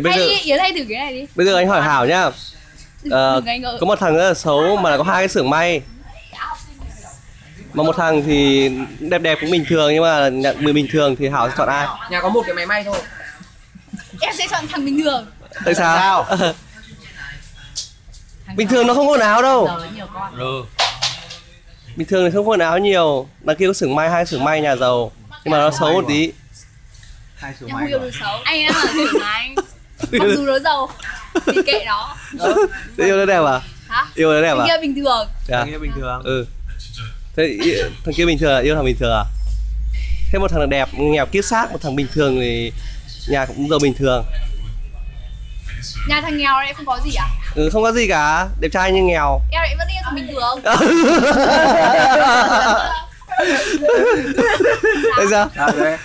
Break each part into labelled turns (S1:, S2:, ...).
S1: bây giờ
S2: hay đi, Yến hay thử cái này đi
S1: bây giờ anh hỏi Hảo nhá Ờ,
S2: Đừng anh ngỡ
S1: có một thằng rất là xấu mà lại có hai cái xưởng may mà một thằng thì đẹp đẹp cũng bình thường nhưng mà nhận người bình thường thì Hảo sẽ chọn ai
S3: nhà có một cái máy may thôi
S2: Em sẽ chọn thằng bình thường
S1: tại sao bình thường nó không có quần áo đâu bình thường thì không có quần áo nhiều đằng kia có xưởng may hai xưởng may nhà giàu nhưng mà nó xấu một tí
S4: hai số
S2: Nhà
S4: máy
S2: Huy
S4: rồi.
S2: đối xấu Anh đang hỏi thử mà anh Mặc dù nó giàu Thì kệ nó
S1: Dạ thế yêu nó đẹp à
S2: Hả?
S1: yêu nó đẹp
S2: Thằng
S1: à
S2: kia bình thường
S1: Dạ.
S4: Nghĩa bình thường
S1: ừ thế ý- thằng kia bình thường à? yêu thằng bình thường à thế một thằng đẹp nghèo kiết xác một thằng bình thường thì nhà cũng giàu bình thường
S2: Nhà thằng nghèo này không có gì à
S1: ừ, không có gì cả đẹp trai nhưng nghèo
S2: Em lại vẫn yêu thằng bình thường
S1: tại sao
S4: Sao thế?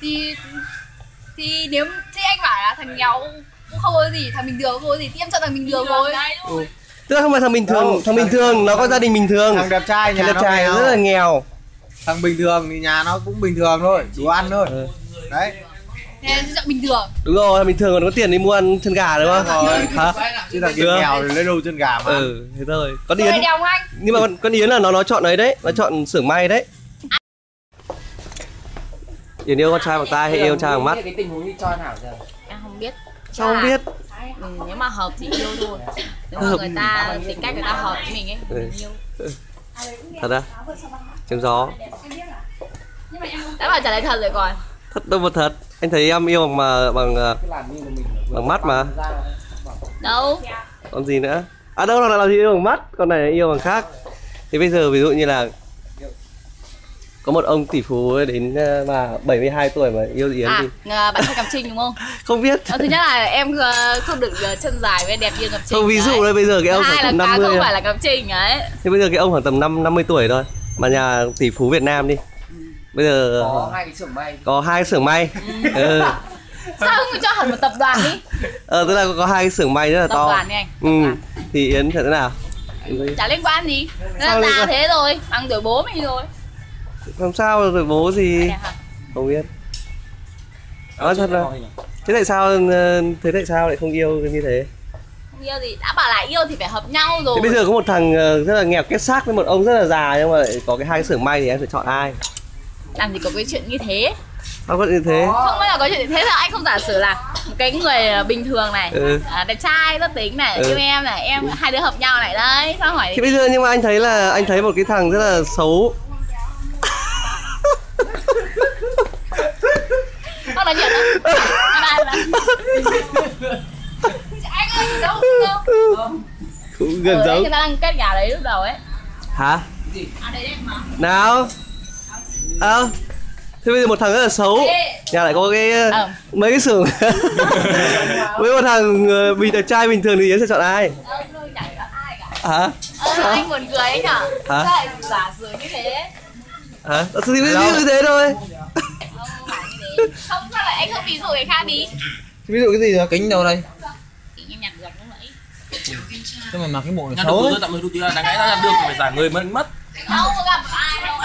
S2: Thì Thì nếu Thì anh bảo là thằng nghèo cũng không có gì Thằng bình thường không có gì Thì em chọn thằng bình thường thôi
S1: tức là không phải thằng bình thường
S4: Đâu,
S1: thằng bình thường nó có gia đình bình thường
S4: thằng đẹp trai nhà
S1: thằng đẹp
S4: nó
S1: trai
S4: nghèo.
S1: rất là nghèo
S4: thằng bình thường thì nhà nó cũng bình thường thôi đủ ăn thôi
S1: Ừ.
S4: đấy
S2: Thế em sẽ chọn bình thường
S1: đúng rồi thằng bình thường còn có tiền đi mua ăn chân gà đúng không
S4: Đúng rồi.
S1: hả
S4: chứ thằng kia
S1: Được.
S4: nghèo thì lấy đâu chân gà mà
S1: ừ thế thôi con
S2: Rồi
S1: yến
S2: đèo anh
S1: nhưng mà con, con yến là nó nó chọn ấy đấy nó chọn xưởng may đấy yến yêu con trai bằng tai hay yêu con trai bằng mắt
S3: cái tình huống đi cho hảo giờ
S5: em không biết
S1: sao không biết
S5: ừ, nếu mà hợp thì yêu thôi nếu mà người ta tính cách người ta hợp với mình ấy
S1: Ừ.
S5: mình yêu
S1: thật à chém gió
S5: đã bảo trả lời thật rồi còn
S1: thật đâu mà thật anh thấy em yêu bằng mà bằng ờ,
S3: cứ làm như của mình
S1: bằng mắt mà
S3: ra
S5: đâu
S1: còn gì nữa à đâu là làm gì yêu bằng mắt con này là yêu bằng khác thì bây giờ ví dụ như là có một ông tỷ phú ấy đến ờ, mà 72 tuổi mà yêu yến
S5: à
S1: thì
S5: à, bạn trai cặp trinh đúng không
S1: không biết
S5: Ờ, thứ nhất là em ờ, không được ờ, chân dài với đẹp như cặp trinh
S1: không ví dụ
S5: đấy.
S1: đây bây giờ cái
S5: Thứ
S1: ông
S5: hai
S1: khoảng
S5: là à?
S1: tầm
S5: cá
S1: 50
S5: không
S1: thôi.
S5: phải là cặp trinh ấy
S1: Thế bây giờ cái ông khoảng tầm 5 50 tuổi thôi mà nhà tỷ phú Việt Nam đi. Bây giờ
S3: có hai cái xưởng may
S1: có hai cái xưởng may. Ừ.
S5: sao không cho hẳn một tập đoàn đi
S1: Ờ tức là có hai cái xưởng may rất là
S5: tập
S1: to.
S5: đoàn đi anh
S1: Ừ. Thì Yến sẽ thế nào?
S5: chả liên quan gì Nó
S1: Sao
S5: là
S1: liên
S5: già
S1: quan?
S5: thế rồi bằng tuổi bố mình rồi
S1: Làm sao rồi bố gì
S5: Đẹp hả?
S1: không biết. Nói thật là thế tại sao ờ, thế tại sao lại không yêu như thế?
S5: không yêu gì đã bảo là yêu thì phải hợp nhau rồi
S1: Thế bây giờ có một thằng ờ, rất là nghèo kết xác với một ông rất là già nhưng mà lại có cái hai cái xưởng may thì em sẽ chọn ai?
S5: làm gì có cái chuyện như thế
S1: Nó có như thế.
S5: không bao giờ có chuyện thế là anh không giả sử là một cái người ờ, bình thường này
S1: Ừ.
S5: à, đẹp trai rất tính này
S1: Ừ.
S5: yêu em này em hai đứa hợp nhau này đấy sao hỏi
S1: Thì bây giờ nhưng mà anh thấy là anh thấy một cái thằng rất là xấu
S5: không nói chuyện nữa Bye bye.
S2: Anh ơi đâu đâu
S1: cũng
S5: Ừ,
S1: gần
S5: đấy,
S1: giống
S5: người ta đang cắt gà đấy lúc đầu ấy
S1: hả
S5: à đấy đấy mà
S1: nào à, thế bây giờ một thằng rất là xấu nhà lại có cái ờ,
S5: Ờ.
S1: mấy cái xưởng với một thằng ờ, bình đẹp trai bình thường thì yến sẽ chọn ai
S5: Ờ, tôi chả gặp ai cả
S1: hả
S5: Ờ, anh buồn cười ấy nhở
S1: Hả?
S5: Sao lại giả sử như thế
S1: hả Ờ, thì ví dụ như thế thôi
S5: Ông bảo như thế Không sao lại anh không ví dụ cái khác đi
S4: ví dụ cái gì được
S3: kính đâu đây
S5: Thì em nhặt gạch lúc nãy
S4: cho mình mặc cái bộ này
S6: Nhặt được
S4: xấu
S6: rồi tạm thời được tí là đáng lẽ đã nhặt được thì phải giả người mất mất
S5: Đâu có gặp ai đâu